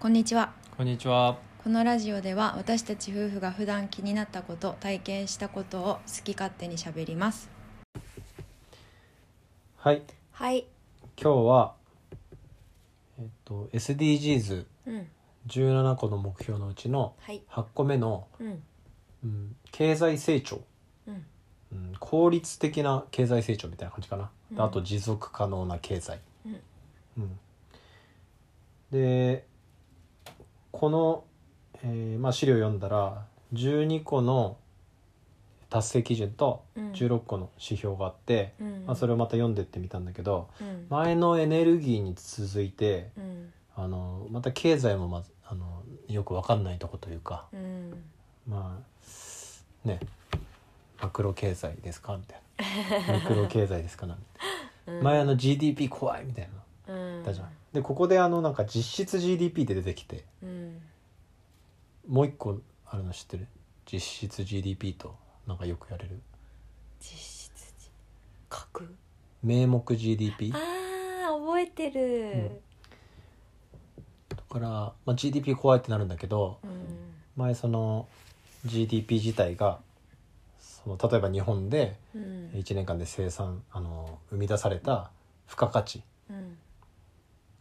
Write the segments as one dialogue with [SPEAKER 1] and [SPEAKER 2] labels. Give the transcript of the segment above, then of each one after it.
[SPEAKER 1] こんにちは
[SPEAKER 2] こんにちは。
[SPEAKER 1] このラジオでは私たち夫婦が普段気になったこと体験したことを好き勝手にしゃべります
[SPEAKER 2] はい、
[SPEAKER 1] はい
[SPEAKER 2] 今日は。えっと、S. D. G. S.
[SPEAKER 1] うん
[SPEAKER 2] 十七個の目標のうちの
[SPEAKER 1] はい
[SPEAKER 2] 八個目の、
[SPEAKER 1] うん
[SPEAKER 2] うん、経済成長。
[SPEAKER 1] うん
[SPEAKER 2] うん、効率的な経済成長みたいな感じかな。で
[SPEAKER 1] うん
[SPEAKER 2] あと、持続可能な経済。
[SPEAKER 1] うん
[SPEAKER 2] うんで。この、えーまあ、資料読んだら、十二個の。達成基準と
[SPEAKER 1] うん
[SPEAKER 2] 16個の指標があって、
[SPEAKER 1] うん
[SPEAKER 2] まあ、それをまた読んでってみたんだけど、
[SPEAKER 1] うん
[SPEAKER 2] 前のエネルギーに続いて
[SPEAKER 1] うん
[SPEAKER 2] あのまた経済もまずあのよく分かんないとこというか
[SPEAKER 1] うん
[SPEAKER 2] まあねマクロ経済ですかみたいなミクロ経済ですかなみたいな前あの GDP 怖いみたいな
[SPEAKER 1] うん
[SPEAKER 2] だじゃんでここであのなんか実質 GDP って出てきて
[SPEAKER 1] うん
[SPEAKER 2] もう一個あるの知ってる実質 GDP となんかよくやれる
[SPEAKER 1] 実質書く
[SPEAKER 2] 名目 GDP
[SPEAKER 1] あ
[SPEAKER 2] だ
[SPEAKER 1] ー覚えてる
[SPEAKER 2] から、まあ、GDP 怖いってなるんだけど
[SPEAKER 1] うん
[SPEAKER 2] 前その GDP 自体がその例えば日本で
[SPEAKER 1] うん
[SPEAKER 2] 1年間で生産あの生み出された付加価値
[SPEAKER 1] うん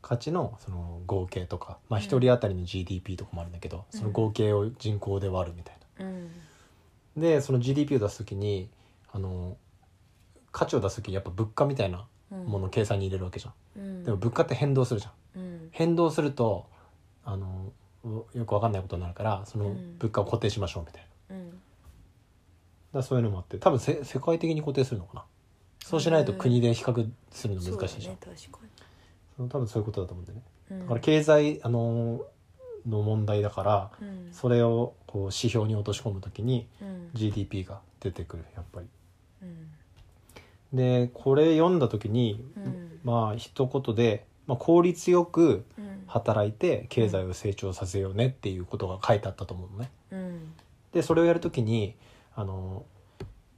[SPEAKER 2] 価値のその合計とか、まあ、
[SPEAKER 1] うん
[SPEAKER 2] 1人当たりの GDP とかもあるんだけど、その合計を人口で割るみたい
[SPEAKER 1] うん
[SPEAKER 2] な。でその GDP を出す時にあの価値を出す時にやっぱ物価みたいな
[SPEAKER 1] うん
[SPEAKER 2] ものを計算に入れるわけじゃ
[SPEAKER 1] う
[SPEAKER 2] ん。
[SPEAKER 1] ん
[SPEAKER 2] でも物価って変動するじゃん。
[SPEAKER 1] うん
[SPEAKER 2] 変動するとあのよく分かんないことになるからそうの
[SPEAKER 1] ん
[SPEAKER 2] 物価を固定しましょうみたいな。
[SPEAKER 1] うん
[SPEAKER 2] だからそういうのもあって多分せ世界的に固定するのかなそうしないと国で比較するの難しいじゃん、
[SPEAKER 1] そうだね確か
[SPEAKER 2] その多分そういうことだと思うんだよね、
[SPEAKER 1] に
[SPEAKER 2] だから経済、あのーの問題だから
[SPEAKER 1] うん
[SPEAKER 2] それをこう指標に落とし込むときに
[SPEAKER 1] うん
[SPEAKER 2] GDP が出てくるやっぱり
[SPEAKER 1] うん
[SPEAKER 2] でこれ読んだ時に、
[SPEAKER 1] うん
[SPEAKER 2] まあ一言で、まあ、効率よく
[SPEAKER 1] うん
[SPEAKER 2] 働いて経済を成長させようねっていうことが書いてあったと思うのね
[SPEAKER 1] うん
[SPEAKER 2] でそれをやるときに、あのー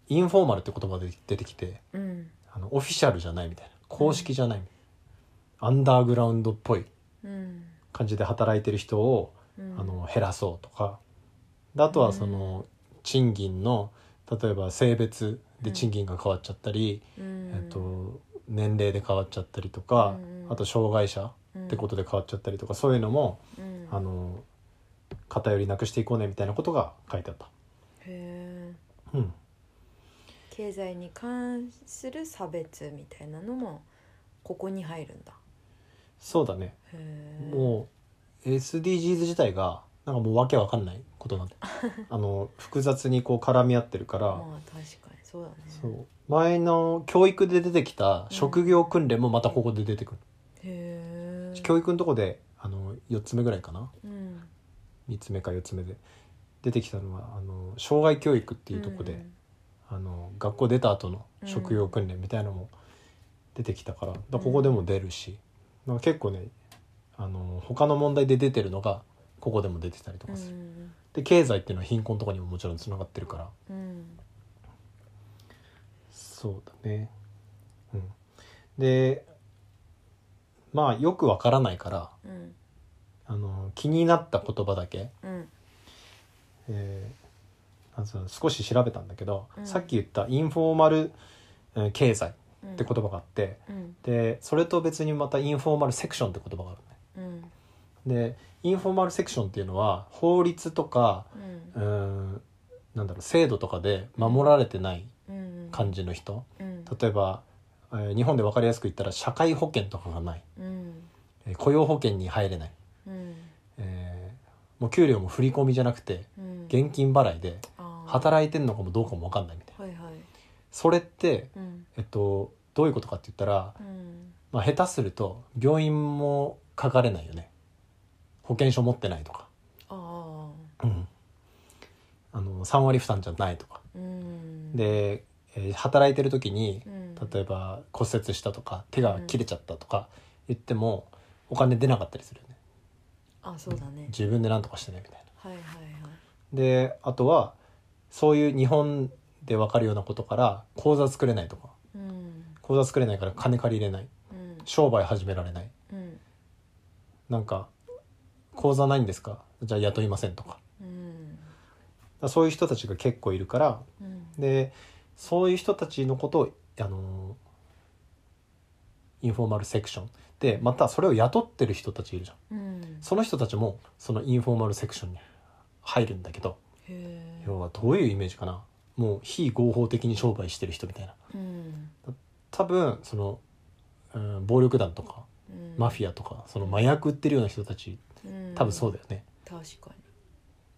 [SPEAKER 2] インフォーマルって言葉で出てきて
[SPEAKER 1] うん
[SPEAKER 2] あのオフィシャルじゃないみたいな公式じゃない、アンダーグラウンドっぽい
[SPEAKER 1] うん
[SPEAKER 2] 感じで働いてる人を、
[SPEAKER 1] うん
[SPEAKER 2] あの減らそうとかであとはその賃金の例えば性別で賃金が変わっちゃったり、
[SPEAKER 1] うん
[SPEAKER 2] えっと、年齢で変わっちゃったりとか、
[SPEAKER 1] うん
[SPEAKER 2] あと障害者ってことで変わっちゃったりとか、そういうのも
[SPEAKER 1] うん
[SPEAKER 2] あの偏りなくしていこうねみたいなことが書いてあった。
[SPEAKER 1] へー
[SPEAKER 2] うん、
[SPEAKER 1] 経済に関する差別みたいなのもここに入るんだ
[SPEAKER 2] そうだね
[SPEAKER 1] へー
[SPEAKER 2] もう SDGs 自体がなんかもうわけわかんないこと なんであの複雑にこう絡み合ってるから、
[SPEAKER 1] まあ確かにそうだね
[SPEAKER 2] そう前の教育で出てきた職業訓練もまたここで出てくる、
[SPEAKER 1] へえ
[SPEAKER 2] 教育のとこであの4つ目ぐらいかな
[SPEAKER 1] うん
[SPEAKER 2] 3つ目か4つ目で出てきたのはあの障害教育っていうとこで、あの学校出た後の職業訓練みたいなのも出てきたからだからここでも出るし、なんか結構ねあの他の問題で出てるのがここでも出てたりと
[SPEAKER 1] う
[SPEAKER 2] かする。
[SPEAKER 1] ん
[SPEAKER 2] で経済っていうのは貧困とかにももちろんつながってるから
[SPEAKER 1] うん
[SPEAKER 2] そうだねうんでまあよくわからないから
[SPEAKER 1] うん
[SPEAKER 2] あの気になった言葉だけ、
[SPEAKER 1] うん
[SPEAKER 2] えーなんつうの少し調べたんだけど、
[SPEAKER 1] うん
[SPEAKER 2] さっき言ったインフォーマル、えー経済っ
[SPEAKER 1] うん
[SPEAKER 2] て言葉があって、
[SPEAKER 1] うん
[SPEAKER 2] でそれと別にまたインフォーマルセクションって言葉がある
[SPEAKER 1] うん
[SPEAKER 2] ねでインフォーマルセクションっていうのは法律とか
[SPEAKER 1] うん
[SPEAKER 2] うーんなんだろう制度とかで守られてない
[SPEAKER 1] うん
[SPEAKER 2] 感じの人、
[SPEAKER 1] うん
[SPEAKER 2] 例えば、えー日本で分かりやすく言ったら社会保険とかがない、
[SPEAKER 1] うん
[SPEAKER 2] えー雇用保険に入れない、
[SPEAKER 1] うん
[SPEAKER 2] えーもう給料も振り込みじゃなくて
[SPEAKER 1] うん
[SPEAKER 2] 現金払いで
[SPEAKER 1] あー
[SPEAKER 2] 働いてんのかもどうかも分かんないみたいな
[SPEAKER 1] はいはい
[SPEAKER 2] それって、
[SPEAKER 1] うん
[SPEAKER 2] えっと、どういうことかって言ったら、
[SPEAKER 1] うん
[SPEAKER 2] まあ、下手すると病院も書かれないよね保険証持ってないとか、
[SPEAKER 1] あ
[SPEAKER 2] うん、あの3割負担じゃないとか
[SPEAKER 1] あうん
[SPEAKER 2] で、えー働いてる時に
[SPEAKER 1] うん
[SPEAKER 2] 例えば骨折したとか手が切れちゃったとか言ってもお金出なかったりするよね
[SPEAKER 1] あそうだね
[SPEAKER 2] 自分で何とかしてねみたいな。
[SPEAKER 1] はいはいはい
[SPEAKER 2] であとはそういう日本で分かるようなことから口座作れないとか
[SPEAKER 1] うん
[SPEAKER 2] 口座作れないから金借りれない
[SPEAKER 1] うん
[SPEAKER 2] 商売始められない
[SPEAKER 1] うん
[SPEAKER 2] なんか講座ないんですかじゃあ雇いませんとかだか
[SPEAKER 1] うん
[SPEAKER 2] らそういう人たちが結構いるから
[SPEAKER 1] うん
[SPEAKER 2] でそういう人たちのことをあのインフォーマルセクションでまたそれを雇ってる人たちいるじゃん
[SPEAKER 1] うん
[SPEAKER 2] その人たちもそのインフォーマルセクションに入るんだけど
[SPEAKER 1] へえ
[SPEAKER 2] 要はどういうイメージかなもう非合法的に商売してる人みたいな
[SPEAKER 1] うん
[SPEAKER 2] 多分その、うん、暴力団とか
[SPEAKER 1] うん
[SPEAKER 2] マフィアとかその麻薬売ってるような人たち
[SPEAKER 1] うん
[SPEAKER 2] 多分そうだよね、
[SPEAKER 1] 確かに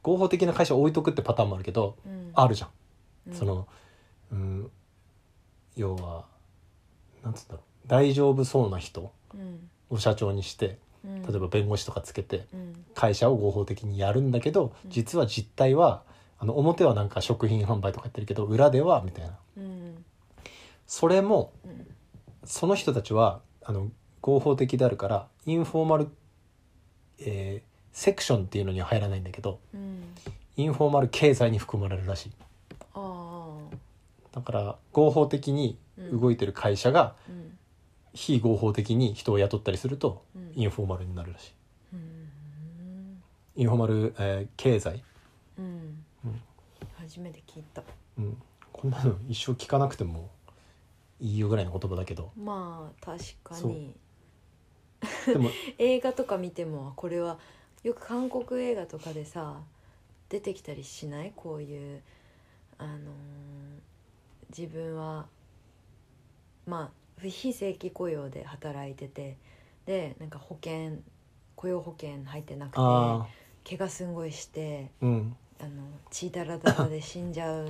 [SPEAKER 2] 合法的な会社置いとくってパターンもあるけど
[SPEAKER 1] うん
[SPEAKER 2] あるじゃん、
[SPEAKER 1] うん
[SPEAKER 2] その、うん、要はなんつうんだろう大丈夫そうな人
[SPEAKER 1] うん
[SPEAKER 2] を社長にして
[SPEAKER 1] うん
[SPEAKER 2] 例えば弁護士とかつけて
[SPEAKER 1] うん
[SPEAKER 2] 会社を合法的にやるんだけど
[SPEAKER 1] うん
[SPEAKER 2] 実は実態はあの表はなんか食品販売とかやってるけど裏ではみたいな
[SPEAKER 1] うん
[SPEAKER 2] それも
[SPEAKER 1] うん
[SPEAKER 2] その人たちはあの合法的であるからインフォーマル、えーセクションっていうのには入らないんだけど
[SPEAKER 1] うん
[SPEAKER 2] インフォーマル経済に含まれるらしい
[SPEAKER 1] ああ
[SPEAKER 2] だから合法的に動いてる会社が
[SPEAKER 1] うん
[SPEAKER 2] 非合法的に人を雇ったりすると
[SPEAKER 1] うん
[SPEAKER 2] インフォーマルになるらし
[SPEAKER 1] うん
[SPEAKER 2] いインフォーマル、えー経済、
[SPEAKER 1] うん
[SPEAKER 2] うん
[SPEAKER 1] 初めて聞いた
[SPEAKER 2] うん、こんなの一生聞かなくてもいいよぐらいの言葉だけど
[SPEAKER 1] まあ確か
[SPEAKER 2] そう
[SPEAKER 1] に
[SPEAKER 2] でも
[SPEAKER 1] 映画とか見てもこれはよく韓国映画とかでさ出てきたりしないこういうあのー自分はまあ非正規雇用で働いててでなんか保険雇用保険入ってなくて
[SPEAKER 2] ああ
[SPEAKER 1] 怪我すんごいして
[SPEAKER 2] うん
[SPEAKER 1] あの血だらだらで死んじゃう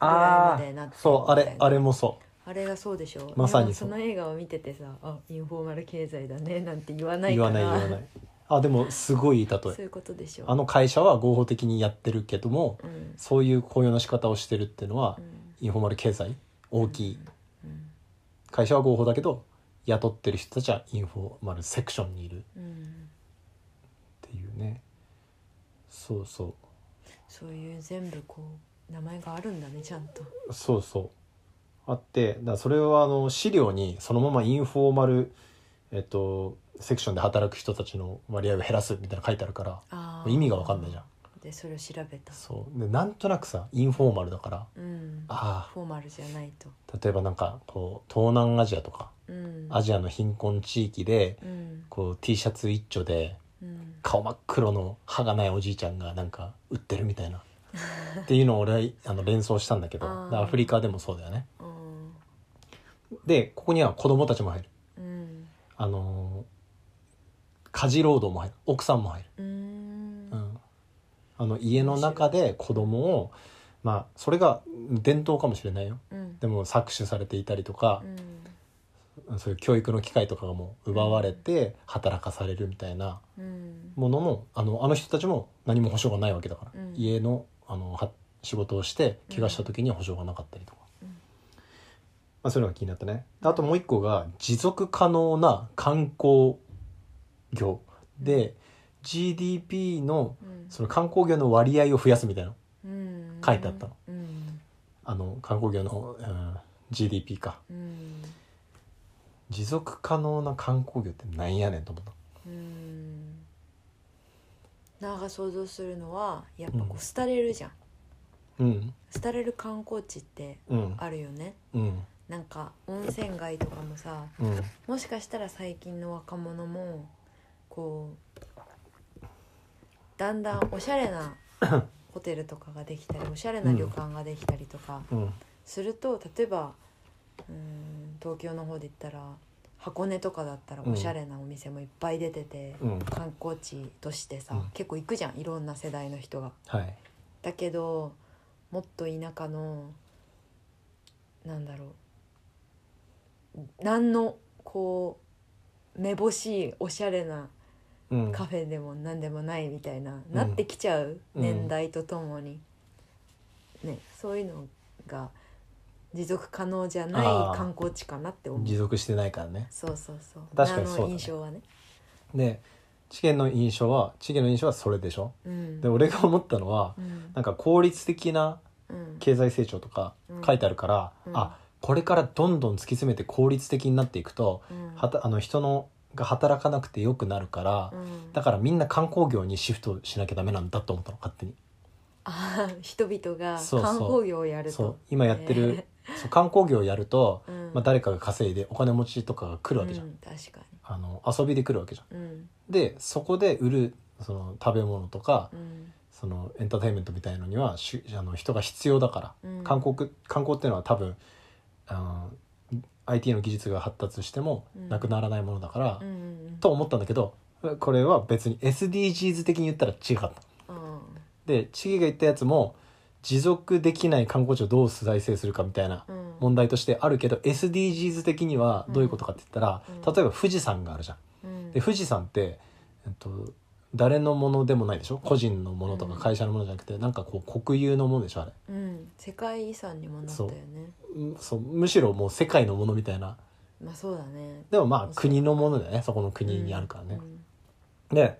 [SPEAKER 2] あ
[SPEAKER 1] ぐらいまでなって
[SPEAKER 2] あそうあ
[SPEAKER 1] みた
[SPEAKER 2] れ
[SPEAKER 1] いな
[SPEAKER 2] あれもそ
[SPEAKER 1] あれがそうでしょ
[SPEAKER 2] まさにそう
[SPEAKER 1] でもの映画を見ててさ「あインフォーマル経済だね」なんて言わ
[SPEAKER 2] う
[SPEAKER 1] ない
[SPEAKER 2] 言
[SPEAKER 1] か
[SPEAKER 2] わ
[SPEAKER 1] ら
[SPEAKER 2] ない言わないあでもすごいいい例え
[SPEAKER 1] そういうことでしょ
[SPEAKER 2] あの会社は合法的にやってるけども
[SPEAKER 1] うん
[SPEAKER 2] そういう雇用の仕方をしてるっていうのは、
[SPEAKER 1] うん
[SPEAKER 2] インフォーマル経済大きい
[SPEAKER 1] うん
[SPEAKER 2] 会社は合法だけど雇ってる人たちはインフォーマルセクションにいるっ
[SPEAKER 1] うん
[SPEAKER 2] ていうねそうそ
[SPEAKER 1] そういう全部こう名前があるんだねちゃんと
[SPEAKER 2] うそうそうあってだからそれはあの資料にそのままインフォーマル、えっと、セクションで働く人たちの割合を減らすみたいなの書いてあるから
[SPEAKER 1] あー
[SPEAKER 2] 意味が分かんないじゃん
[SPEAKER 1] でそれを調べた
[SPEAKER 2] そうでなんとなくさインフォーマルだから
[SPEAKER 1] うん
[SPEAKER 2] あ
[SPEAKER 1] フォーマルじゃないと
[SPEAKER 2] あ例えばなんかこう東南アジアとか
[SPEAKER 1] うん
[SPEAKER 2] アジアの貧困地域で
[SPEAKER 1] うん
[SPEAKER 2] こう T シャツ一丁で
[SPEAKER 1] うん
[SPEAKER 2] 顔真っ黒の歯がないおじいちゃんがなんか売ってるみたいなっていうのを俺はあの連想したんだけど
[SPEAKER 1] あー
[SPEAKER 2] だからアフリカでもそうだよね
[SPEAKER 1] うん
[SPEAKER 2] でここには子供たちも入る
[SPEAKER 1] うん
[SPEAKER 2] あのー家事労働も入る奥さんも入る、
[SPEAKER 1] う
[SPEAKER 2] うんん、あの家の中で子供をまあそれが伝統かもしれないよ
[SPEAKER 1] うん
[SPEAKER 2] でも搾取されていたりとか
[SPEAKER 1] う、ん
[SPEAKER 2] そういう教育の機会とかがもう奪われて働かされるみたいな
[SPEAKER 1] うん
[SPEAKER 2] ものもあのあの人たちも何も保証がないわけだから、
[SPEAKER 1] うん
[SPEAKER 2] 家のあのは仕事をして怪我した時には保証がなかったりとか、
[SPEAKER 1] うん
[SPEAKER 2] まあ、そういうのが気になったねあともう一個が持続可能な観光業で、GDP の
[SPEAKER 1] うん
[SPEAKER 2] その観光業の割合を増やすみたいな
[SPEAKER 1] うん
[SPEAKER 2] 書いてあったの
[SPEAKER 1] うん
[SPEAKER 2] あの観光業の、うん、GDP か
[SPEAKER 1] うん
[SPEAKER 2] 持続可能な観光業ってなんやねんと思った
[SPEAKER 1] うんなんか想像するのはやっぱこ
[SPEAKER 2] う
[SPEAKER 1] うん廃れるじゃん
[SPEAKER 2] うん
[SPEAKER 1] 廃れる観光地って
[SPEAKER 2] うん
[SPEAKER 1] あるよね
[SPEAKER 2] うん
[SPEAKER 1] なんか温泉街とかもさ
[SPEAKER 2] うん
[SPEAKER 1] もしかしたら最近の若者もこうだんだんおしゃれなホテルとかができたりおしゃれな旅館ができたりとか
[SPEAKER 2] うん
[SPEAKER 1] すると例えばうーん東京の方で言ったら箱根とかだったらおしゃれなお店もいっぱい出てて、
[SPEAKER 2] うん
[SPEAKER 1] 観光地としてさ、
[SPEAKER 2] うん
[SPEAKER 1] 結構行くじゃんいろんな世代の人が。
[SPEAKER 2] はい
[SPEAKER 1] だけどもっと田舎のなんだろう何のこうめぼしいおしゃれな
[SPEAKER 2] うん
[SPEAKER 1] カフェでも何でもないみたいな、
[SPEAKER 2] ん
[SPEAKER 1] なってきちゃう
[SPEAKER 2] うん
[SPEAKER 1] 年代とともに、ね、そういうのが持続可能じゃない
[SPEAKER 2] あー
[SPEAKER 1] 観光地かなって思
[SPEAKER 2] 持
[SPEAKER 1] う
[SPEAKER 2] 続してないからね
[SPEAKER 1] そうそうそう
[SPEAKER 2] 確かにそうだね
[SPEAKER 1] あの印象はね。
[SPEAKER 2] で知見の印象は知見の印象はそれでしょ
[SPEAKER 1] うん
[SPEAKER 2] で俺が思ったのは
[SPEAKER 1] うん
[SPEAKER 2] なんか効率的な
[SPEAKER 1] うん
[SPEAKER 2] 経済成長とか
[SPEAKER 1] うん
[SPEAKER 2] 書いてあるから、
[SPEAKER 1] うん
[SPEAKER 2] あこれからどんどん突き詰めて効率的になっていくと、
[SPEAKER 1] うん
[SPEAKER 2] はたあの人のが働かなくてよくなるから、
[SPEAKER 1] うん
[SPEAKER 2] だからみんな観光業にシフトしなきゃダメなんだと思ったの勝手に
[SPEAKER 1] あー 人々が
[SPEAKER 2] そうそう
[SPEAKER 1] 観光業をやると
[SPEAKER 2] そう今やってる、そう観光業をやると、
[SPEAKER 1] うん
[SPEAKER 2] まあ、誰かが稼いでお金持ちとかが来るわけじゃん、
[SPEAKER 1] う確か
[SPEAKER 2] あの遊びで来るわけじゃん
[SPEAKER 1] にうん
[SPEAKER 2] でそこで売るその食べ物とか、
[SPEAKER 1] うん
[SPEAKER 2] そのエンターテインメントみたいのにはしあの人が必要だから、
[SPEAKER 1] うん
[SPEAKER 2] 観光観光っていうのは多分あの IT の技術が発達しても
[SPEAKER 1] うん
[SPEAKER 2] なくならないものだから、
[SPEAKER 1] うんうん
[SPEAKER 2] と思ったんだけどこれは別に SDGs 的に言ったら違かった。
[SPEAKER 1] うん
[SPEAKER 2] でチゲが言ったやつも持続できない観光地をどう再生するかみたいな
[SPEAKER 1] うん
[SPEAKER 2] 問題としてあるけど SDGs 的にはどういうことかって言ったら、
[SPEAKER 1] うん
[SPEAKER 2] 例えば富士山があるじゃん。
[SPEAKER 1] うん
[SPEAKER 2] で富士山って、えっと、誰のものでもないでしょ個人のものと
[SPEAKER 1] う
[SPEAKER 2] か
[SPEAKER 1] ん
[SPEAKER 2] 会社のものじゃなくて、なんかこう国有のものでしょあれ
[SPEAKER 1] うん世界遺産にもなったよね
[SPEAKER 2] うんそうむしろもう世界のものみたいな
[SPEAKER 1] まあそうだね
[SPEAKER 2] でもま
[SPEAKER 1] そう
[SPEAKER 2] あ国のものだよねそこの国にあるからね、で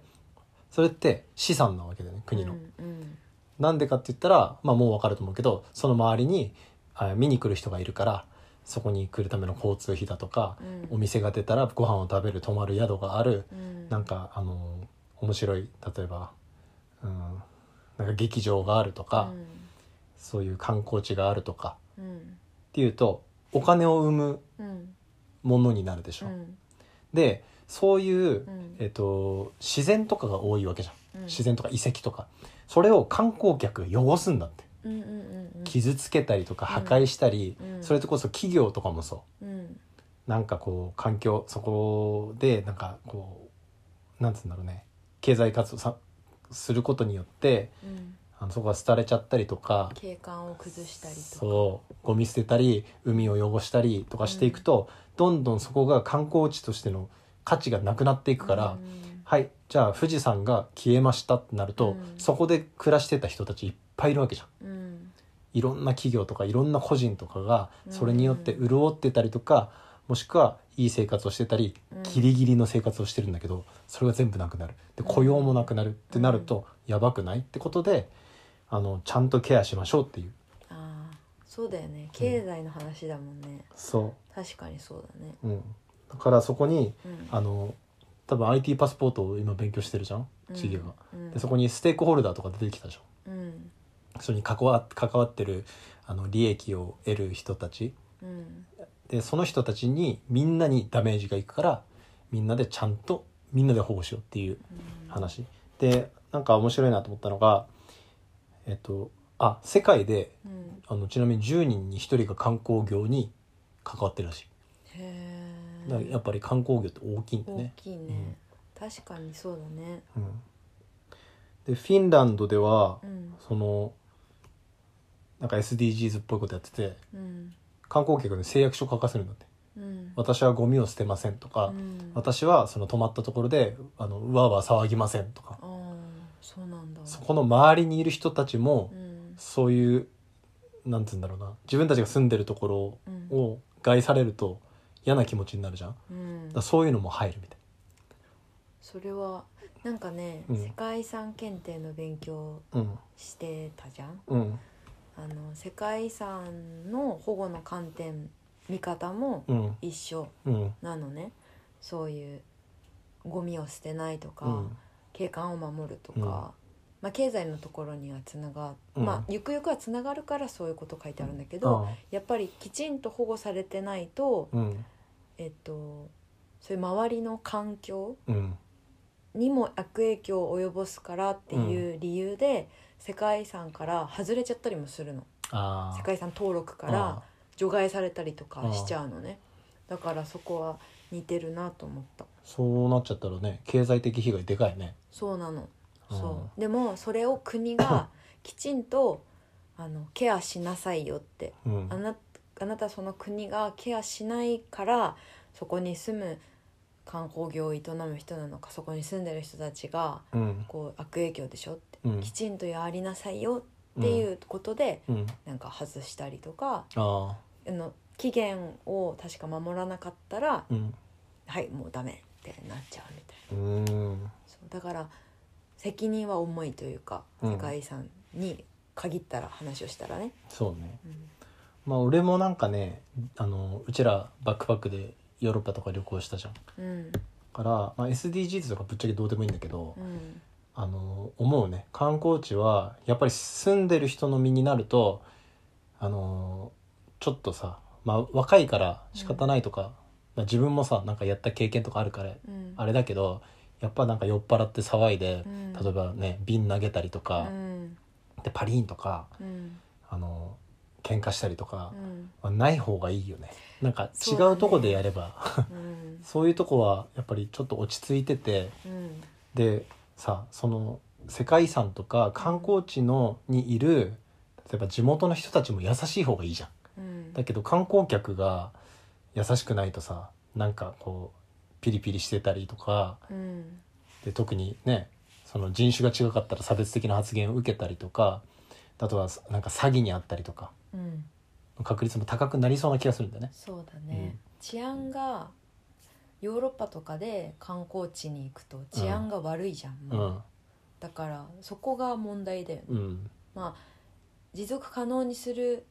[SPEAKER 2] それって資産なわけだよね国の、
[SPEAKER 1] うんうん
[SPEAKER 2] なんでかって言ったら、まあ、もう分かると思うけどその周りにあ見に来る人がいるからそこに来るための交通費だとか、
[SPEAKER 1] うん
[SPEAKER 2] お店が出たらご飯を食べる泊まる宿がある、
[SPEAKER 1] うん
[SPEAKER 2] なんかあの面白い例えば、うん、なんか劇場があるとか、そういう観光地があるとか
[SPEAKER 1] うん
[SPEAKER 2] っていうとお金を生む
[SPEAKER 1] うんうん
[SPEAKER 2] ものになるでし
[SPEAKER 1] う
[SPEAKER 2] ょ。
[SPEAKER 1] ん
[SPEAKER 2] でそういう、
[SPEAKER 1] うん
[SPEAKER 2] えっと自然とかが多いわけじゃん、
[SPEAKER 1] うん
[SPEAKER 2] 自然とか遺跡とかそれを観光客が汚すんだって
[SPEAKER 1] うんうんうんうん
[SPEAKER 2] 傷つけたりとか破壊したり、
[SPEAKER 1] うん
[SPEAKER 2] それとこそ企業とかもそう
[SPEAKER 1] うん
[SPEAKER 2] なんかこう環境そこでなんかこうなんつうんだろうね経済活動さすることによって
[SPEAKER 1] うん
[SPEAKER 2] あのそこが廃れちゃったりとか
[SPEAKER 1] 景観を崩したりとか
[SPEAKER 2] そうゴミ捨てたり海を汚したりとかしていくと、どんどんそこが観光地としての価値がなくなっていくから、
[SPEAKER 1] うん
[SPEAKER 2] はいじゃあ富士山が消えましたってなると、
[SPEAKER 1] うん
[SPEAKER 2] そこで暮らしてた人たちいっぱいいるわけじゃん。
[SPEAKER 1] うん
[SPEAKER 2] いろんな企業とかいろんな個人とかがそれによって潤ってたりとか、もしくはいい生活をしてたり、
[SPEAKER 1] うん
[SPEAKER 2] ギリギリの生活をしてるんだけどそれが全部なくなるで雇用もなくなるってなるとやばくないってことであのちゃんとケアしましょうっていう
[SPEAKER 1] ああそうだよね経済の話だもんね
[SPEAKER 2] そ
[SPEAKER 1] 確かにそうだね
[SPEAKER 2] う、うん、だからそこに
[SPEAKER 1] うん
[SPEAKER 2] あの多分 IT パスポートを今勉強してるじゃん
[SPEAKER 1] うん
[SPEAKER 2] 事業が。
[SPEAKER 1] うん
[SPEAKER 2] でそこにステークホルダーとか出てきたでしょ
[SPEAKER 1] うん
[SPEAKER 2] それに関わ関わってるあの利益を得る人たち
[SPEAKER 1] うん
[SPEAKER 2] でその人たちにみんなにダメージがいくからみんなでちゃんとみんなで保護しようっていう話、でなんか面白いなと思ったのがえっとあ世界で
[SPEAKER 1] うん
[SPEAKER 2] あのちなみに10人に1人が観光業に関わってるらし
[SPEAKER 1] へえ
[SPEAKER 2] いだからやっぱり観光業って大きいんだ
[SPEAKER 1] 大
[SPEAKER 2] ね、
[SPEAKER 1] きいね確かにそうだね
[SPEAKER 2] うん、でフィンランドでは、
[SPEAKER 1] うん
[SPEAKER 2] そのなんか SDGs っぽいことやってて
[SPEAKER 1] うん
[SPEAKER 2] 観光客に誓約書書かせるんだって
[SPEAKER 1] うん
[SPEAKER 2] 私はゴミを捨てませんとか、
[SPEAKER 1] うん
[SPEAKER 2] 私はその泊まったところであのうわうわ騒ぎませんとか
[SPEAKER 1] ああそうなんだ
[SPEAKER 2] そこの周りにいる人たちも
[SPEAKER 1] うん
[SPEAKER 2] そういうなんて言うんだろうな自分たちが住んでるとこ
[SPEAKER 1] うん
[SPEAKER 2] ろを害されると嫌な気持ちになるじゃんだか
[SPEAKER 1] うん
[SPEAKER 2] らそういうのも入るみたい
[SPEAKER 1] それはなんかね
[SPEAKER 2] うん
[SPEAKER 1] 世界遺産検定の勉強
[SPEAKER 2] うん
[SPEAKER 1] してたじゃん
[SPEAKER 2] うん
[SPEAKER 1] あの世界遺産の保護の観点見方も
[SPEAKER 2] うん
[SPEAKER 1] 一緒
[SPEAKER 2] うん
[SPEAKER 1] なのねそういうゴミを捨てないとか、
[SPEAKER 2] うん
[SPEAKER 1] 景観を守るとか、
[SPEAKER 2] うん
[SPEAKER 1] まあ、経済のところにはつなが、
[SPEAKER 2] うん
[SPEAKER 1] まあゆくゆくはつながるからそういうこと書いてあるんだけど、
[SPEAKER 2] あ
[SPEAKER 1] やっぱりきちんと保護されてないと、
[SPEAKER 2] うん
[SPEAKER 1] えっと、そういう周りの環境
[SPEAKER 2] うん
[SPEAKER 1] にも悪影響を及ぼすからっていう理由で、世界遺産から外れちゃったりもするの
[SPEAKER 2] あ
[SPEAKER 1] 世
[SPEAKER 2] あ
[SPEAKER 1] 界遺産登録から。除外されたりとかしちゃうのねだからそこは似てるなと思った
[SPEAKER 2] そうなっちゃったらね経済的被害でかいね
[SPEAKER 1] そうなの
[SPEAKER 2] うん
[SPEAKER 1] そうでもそれを国 がきちんとあのケアしなさいよって
[SPEAKER 2] うん
[SPEAKER 1] あなあなたその国がケアしないからそこに住む観光業を営む人なのかそこに住んでる人たちが
[SPEAKER 2] うん
[SPEAKER 1] こう悪影響でしょって
[SPEAKER 2] うん
[SPEAKER 1] きちんとやりなさいよっていうことで
[SPEAKER 2] うん
[SPEAKER 1] なんか外したりとか
[SPEAKER 2] ああ
[SPEAKER 1] あの期限を確か守らなかったら
[SPEAKER 2] うん
[SPEAKER 1] はいもうダメってなっちゃうみたいな
[SPEAKER 2] うん
[SPEAKER 1] そうだから責任は重いというか、
[SPEAKER 2] うん
[SPEAKER 1] 世界遺産に限ったら話をしたらね、
[SPEAKER 2] そうね
[SPEAKER 1] うん
[SPEAKER 2] まあ俺もなんかねあのうちらバックパックでヨーロッパとか旅行したじゃんだ
[SPEAKER 1] うん
[SPEAKER 2] から、まあ、SDGs とかぶっちゃけどうでもいいんだけど、
[SPEAKER 1] うん
[SPEAKER 2] あの思うね観光地はやっぱり住んでる人の身になるとあのちょっとさ、まあ、若いから仕方ないとか、まあ、自分もさなんかやった経験とかあるから
[SPEAKER 1] うん
[SPEAKER 2] あれだけどやっぱなんか酔っ払って騒いで
[SPEAKER 1] う、ん
[SPEAKER 2] 例えばね瓶投げたりとか
[SPEAKER 1] う、ん
[SPEAKER 2] でパリーンとか
[SPEAKER 1] うん
[SPEAKER 2] あの喧嘩したりとか
[SPEAKER 1] う、ん
[SPEAKER 2] まあない方がいいよねなんか違
[SPEAKER 1] そうだね
[SPEAKER 2] うとこでやればそう,、
[SPEAKER 1] うん
[SPEAKER 2] いうとこはやっぱりちょっと落ち着いてて
[SPEAKER 1] うん
[SPEAKER 2] でさその世界遺産とか観光地のにいる例えば地元の人たちも優しい方がいいじゃん。
[SPEAKER 1] うん
[SPEAKER 2] だけど観光客が優しくないとさなんかこうピリピリしてたりとか
[SPEAKER 1] うん
[SPEAKER 2] で特にねその人種が違かったら差別的な発言を受けたりとかあとはなんか詐欺にあったりとか
[SPEAKER 1] うん
[SPEAKER 2] の確率も高くなりそうな気がするんだよね。
[SPEAKER 1] そうだね、
[SPEAKER 2] うん
[SPEAKER 1] 治安がヨーロッパとかで観光地に行くと治安が悪いじゃん、
[SPEAKER 2] うん、
[SPEAKER 1] だからそこが問題だよね
[SPEAKER 2] うん、
[SPEAKER 1] 持続可能にする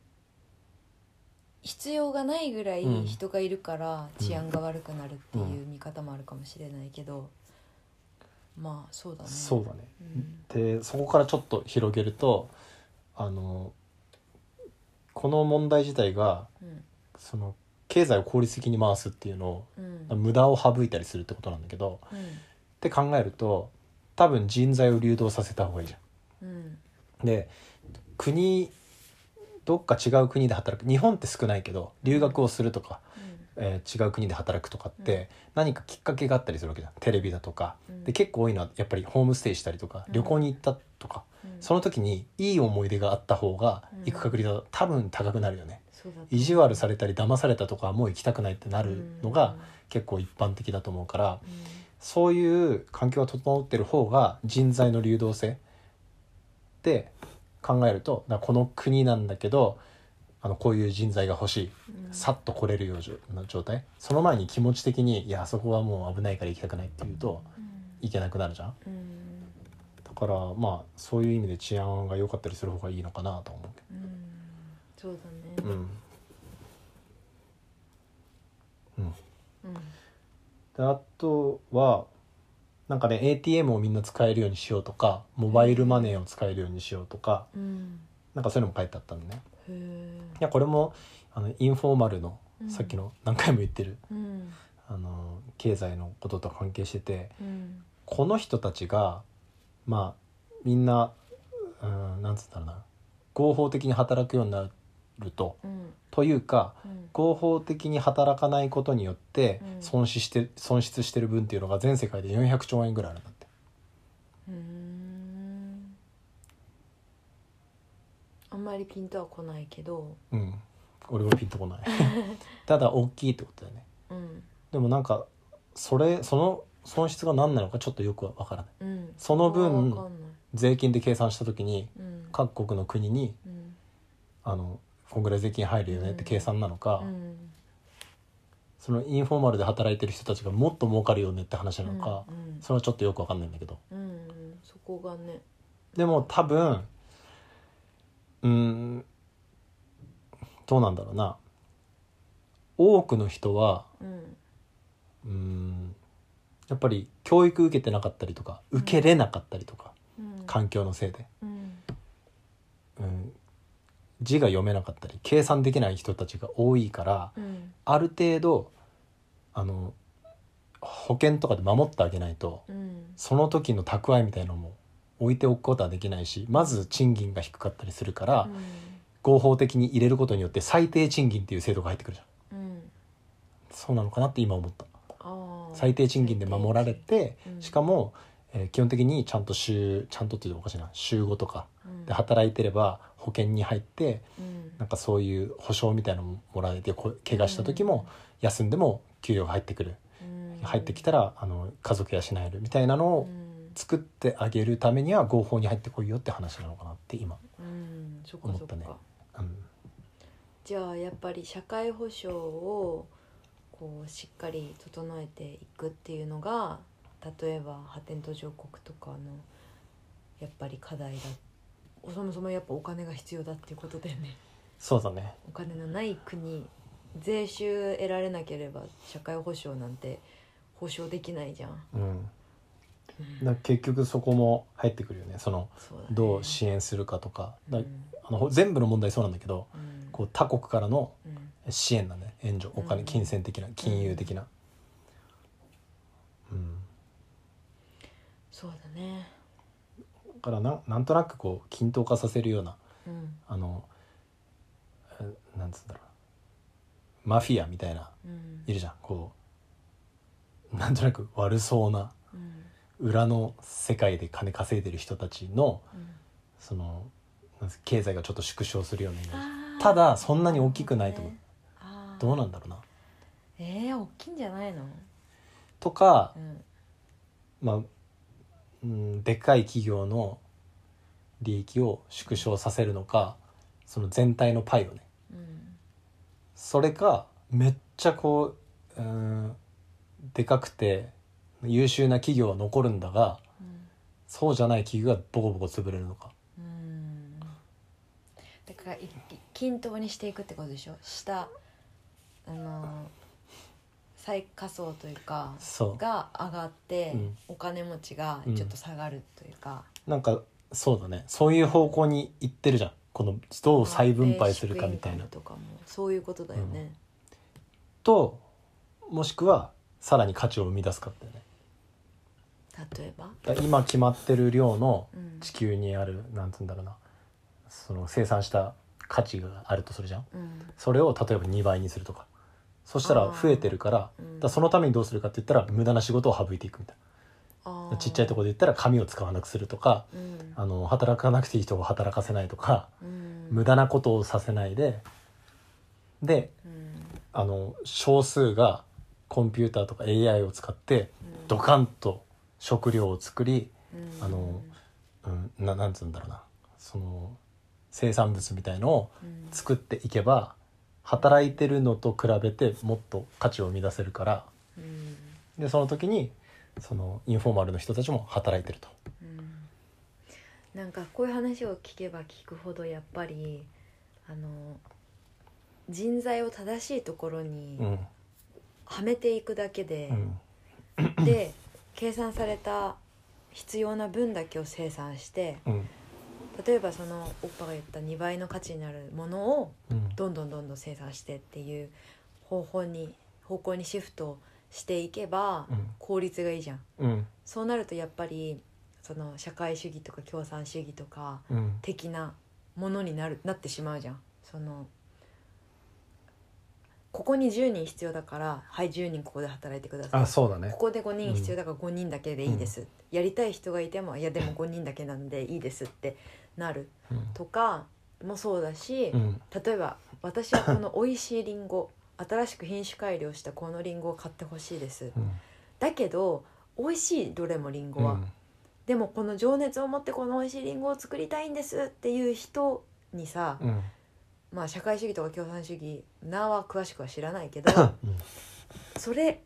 [SPEAKER 1] 必要がないぐらい
[SPEAKER 2] うん
[SPEAKER 1] 人がいるから
[SPEAKER 2] うん
[SPEAKER 1] 治安が悪くなるっていう見方もあるかもしれないけど、まあそうだね
[SPEAKER 2] そうだね。
[SPEAKER 1] うん
[SPEAKER 2] でそこからちょっと広げるとあのこの問題自体が
[SPEAKER 1] うん
[SPEAKER 2] その経済を効率的に回すっていうの
[SPEAKER 1] うん
[SPEAKER 2] を無駄を省いたりするってことなんだけど
[SPEAKER 1] う
[SPEAKER 2] って考えると多分人材を流動させた方がいいじゃ
[SPEAKER 1] んうん
[SPEAKER 2] ん。で国どっか違う国で働く日本って少ないけど留学をするとか、えー違う国で働くとかって何かきっかけがあったりするわけじゃんテレビだとか
[SPEAKER 1] うん
[SPEAKER 2] で結構多いのはやっぱりホームステイしたりとか
[SPEAKER 1] うん
[SPEAKER 2] 旅行に行ったとか
[SPEAKER 1] うん
[SPEAKER 2] その時にいい思い出があった方が行く確率は多分高くなるよね、
[SPEAKER 1] そうだと思う
[SPEAKER 2] 意地悪されたり騙されたとかはもう行きたくないってなるのが結構一般的だと思うから
[SPEAKER 1] うん
[SPEAKER 2] そういう環境が整ってる方が人材の流動性って考えるとだからこの国なんだけどあのこういう人材が欲しい
[SPEAKER 1] うんうん
[SPEAKER 2] さっと来れるような状態その前に気持ち的にいやあそこはもう危ないから行きたくないっていうと
[SPEAKER 1] うん
[SPEAKER 2] 行けなくなるじゃん
[SPEAKER 1] うん
[SPEAKER 2] だからまあそういう意味で治安が良かったりする方がいいのかなと思うけ
[SPEAKER 1] うんそうだ
[SPEAKER 2] どう
[SPEAKER 1] ね
[SPEAKER 2] んうん
[SPEAKER 1] うん
[SPEAKER 2] であとはなんかね ATM をみんな使えるようにしようとかモバイルマネーを使えるようにしようとか
[SPEAKER 1] うん
[SPEAKER 2] なんかそういうのも書いてあったのね
[SPEAKER 1] へえ
[SPEAKER 2] いやこれもあのインフォーマルの
[SPEAKER 1] うん
[SPEAKER 2] さっきの何回も言ってる、
[SPEAKER 1] うん
[SPEAKER 2] あの経済のことと関係してて、
[SPEAKER 1] うん
[SPEAKER 2] この人たちがまあみんなうんなんつったらな合法的に働くようになると
[SPEAKER 1] うん
[SPEAKER 2] というか
[SPEAKER 1] うん
[SPEAKER 2] 合法的に働かないことによって
[SPEAKER 1] うん
[SPEAKER 2] 損失して損失してる分っていうのが全世界で400兆円ぐらいあるんだって
[SPEAKER 1] うんあんまりピンとは来ないけど、
[SPEAKER 2] うん俺はピンと こないただ大きいってことだよね
[SPEAKER 1] うん
[SPEAKER 2] でもなんかそれその損失が何なのかちょっとよくわからない
[SPEAKER 1] うん、
[SPEAKER 2] その分
[SPEAKER 1] あわかんない、
[SPEAKER 2] 税金で計算した時に
[SPEAKER 1] うん、
[SPEAKER 2] 各国の国に
[SPEAKER 1] うん
[SPEAKER 2] あのこんぐらい税金入るよねって計算なのか、
[SPEAKER 1] うん
[SPEAKER 2] そのインフォーマルで働いてる人たちがもっと儲かるよねって話なのか、
[SPEAKER 1] うん
[SPEAKER 2] それはちょっとよくわかんないんだけど
[SPEAKER 1] うんうん、そこがね、
[SPEAKER 2] でも多分うーんどうなんだろうな多くの人は
[SPEAKER 1] うん、
[SPEAKER 2] うーんやっぱり教育受けてなかったりとか受けれなかったりとか、
[SPEAKER 1] うん、
[SPEAKER 2] 環境のせいで、
[SPEAKER 1] うん、
[SPEAKER 2] うん、字が読めなかったり計算できない人たちが多いから
[SPEAKER 1] うん、
[SPEAKER 2] ある程度あの保険とかで守ってあげないと
[SPEAKER 1] うん、
[SPEAKER 2] その時の蓄えみたいのも置いておくことはできないしまず賃金が低かったりするから、合法的に入れることによって最低賃金っていう制度が入ってくるじゃん
[SPEAKER 1] うん、
[SPEAKER 2] そうなのかなって今思った
[SPEAKER 1] ああ、
[SPEAKER 2] 最低賃金で守られて、
[SPEAKER 1] うん
[SPEAKER 2] しかも、えー基本的にちゃんと週ちゃんとって言うとおかしいな週5とか
[SPEAKER 1] うん、
[SPEAKER 2] で働いてれば保険に入って
[SPEAKER 1] うん、
[SPEAKER 2] なんかそういう保証みたいなのももらえてこ怪我した時も休んでも給料が入ってくる
[SPEAKER 1] うん、
[SPEAKER 2] 入ってきたらあの家族養えるみたいなの
[SPEAKER 1] う
[SPEAKER 2] を
[SPEAKER 1] ん、
[SPEAKER 2] 作ってあげるためには合法に入ってこいよって話なのかなって今、
[SPEAKER 1] うん、そこそ
[SPEAKER 2] 思
[SPEAKER 1] こ
[SPEAKER 2] った
[SPEAKER 1] か、
[SPEAKER 2] ねうん、
[SPEAKER 1] じゃあやっぱり社会保障をこうしっかり整えていくっていうのが例えば発展途上国とかのやっぱり課題だそもそもやっぱお金が必要だっていうことだよね
[SPEAKER 2] そうだね
[SPEAKER 1] お金のない国税収得られなければ社会保障なんて保証できないじゃん、
[SPEAKER 2] うん、
[SPEAKER 1] うん
[SPEAKER 2] だから結局そこも入ってくるよねその
[SPEAKER 1] そうだね
[SPEAKER 2] どう支援するかとかだ
[SPEAKER 1] うん
[SPEAKER 2] あの全部の問題そうなんだけど
[SPEAKER 1] うん
[SPEAKER 2] こう他国からの
[SPEAKER 1] うん
[SPEAKER 2] 支援なんだね援助お金、
[SPEAKER 1] うん
[SPEAKER 2] 金銭的な金融的なうん
[SPEAKER 1] そうだね
[SPEAKER 2] だからなんなんとなくこう均等化させるような
[SPEAKER 1] うん
[SPEAKER 2] あのえなんつうんだろうマフィアみたいな
[SPEAKER 1] うん
[SPEAKER 2] いるじゃんこうなんとなく悪そうな
[SPEAKER 1] うん
[SPEAKER 2] 裏の世界で金稼いでる人たちの
[SPEAKER 1] うん
[SPEAKER 2] そのなんす経済がちょっと縮小するようなイメージ
[SPEAKER 1] あー
[SPEAKER 2] ただそんなに大きくないと思う
[SPEAKER 1] あー
[SPEAKER 2] どうなんだろうな
[SPEAKER 1] えー、大きいんじゃないの
[SPEAKER 2] とか
[SPEAKER 1] うん
[SPEAKER 2] まあ、うん、でかい企業の利益を縮小させるのかその全体のパイをね
[SPEAKER 1] うん
[SPEAKER 2] それかめっちゃこううんでかくて優秀な企業は残るんだが
[SPEAKER 1] うん
[SPEAKER 2] そうじゃない企業がボコボコ潰れるのか
[SPEAKER 1] うんだからい均等にしていくってことでしょ下あの最下層というか
[SPEAKER 2] そ
[SPEAKER 1] が上がって、
[SPEAKER 2] うん
[SPEAKER 1] お金持ちがちょっと下がるというか、
[SPEAKER 2] うなんかそうだねそういう方向に行ってるじゃんこのどう再分配するかみたい
[SPEAKER 1] ベーシックインカ
[SPEAKER 2] な
[SPEAKER 1] ム。とかもそういうことだよね、
[SPEAKER 2] ともしくはさらに価値を生み出すかってね
[SPEAKER 1] 例えば、
[SPEAKER 2] だから今決まってる量の
[SPEAKER 1] うん
[SPEAKER 2] 地球にあるなんつうんだろうなその生産した価値があるとするじゃん
[SPEAKER 1] うん
[SPEAKER 2] それを例えば2倍にするとかそしたら増えてるから
[SPEAKER 1] うん
[SPEAKER 2] だからそのためにどうするかって言ったら無駄な仕事を省いていくみたい
[SPEAKER 1] あ
[SPEAKER 2] な
[SPEAKER 1] ー
[SPEAKER 2] ちっちゃいところで言ったら紙を使わなくするとか
[SPEAKER 1] うん
[SPEAKER 2] あの働かなくていい人を働かせないとか
[SPEAKER 1] うん
[SPEAKER 2] 無駄なことをさせないでで
[SPEAKER 1] うん
[SPEAKER 2] あの少数がコンピューターとか AI を使って
[SPEAKER 1] うん
[SPEAKER 2] ドカンと食料を作り
[SPEAKER 1] うん
[SPEAKER 2] あのうん、ななんつうんだろうなその生産物みたいのを
[SPEAKER 1] うん
[SPEAKER 2] 作っていけば働いてるのと比べてもっと価値を生み出せるから
[SPEAKER 1] うん
[SPEAKER 2] でその時にそのインフォーマルの人たちも働いてると。
[SPEAKER 1] うんなんかこういう話を聞けば聞くほどやっぱりあの人材を正しいところに
[SPEAKER 2] うん
[SPEAKER 1] はめていくだけで
[SPEAKER 2] う、ん
[SPEAKER 1] で計算された必要な分だけを生産して
[SPEAKER 2] うん
[SPEAKER 1] 例えばそのオッパが言った2倍の価値になるものを
[SPEAKER 2] うん
[SPEAKER 1] どんどんどんどん生産してっていう方法に方向にシフトしていけば
[SPEAKER 2] うん
[SPEAKER 1] 効率がいいじゃん。
[SPEAKER 2] うん
[SPEAKER 1] そうなるとやっぱりその社会主義とか共産主義とか
[SPEAKER 2] うん
[SPEAKER 1] 的なものになるなってしまうじゃんそのここに10人必要だからはい10人ここで働いてください
[SPEAKER 2] あそうだね
[SPEAKER 1] ここで5人必要だから5人だけでいいです、やりたい人がいてもいやでも5人だけなんでいいですってなる
[SPEAKER 2] うん
[SPEAKER 1] とかもそうだし、
[SPEAKER 2] うん
[SPEAKER 1] 例えば私はこの美味しいりんご新しく品種改良したこのりんごを買ってほしいです
[SPEAKER 2] うん
[SPEAKER 1] だけど美味しいどれもりんごは、でもこの情熱を持ってこの美味しいりんごを作りたいんですっていう人にさ、
[SPEAKER 2] うん
[SPEAKER 1] まあ社会主義とか共産主義なは詳しくは知らないけど
[SPEAKER 2] うん
[SPEAKER 1] それ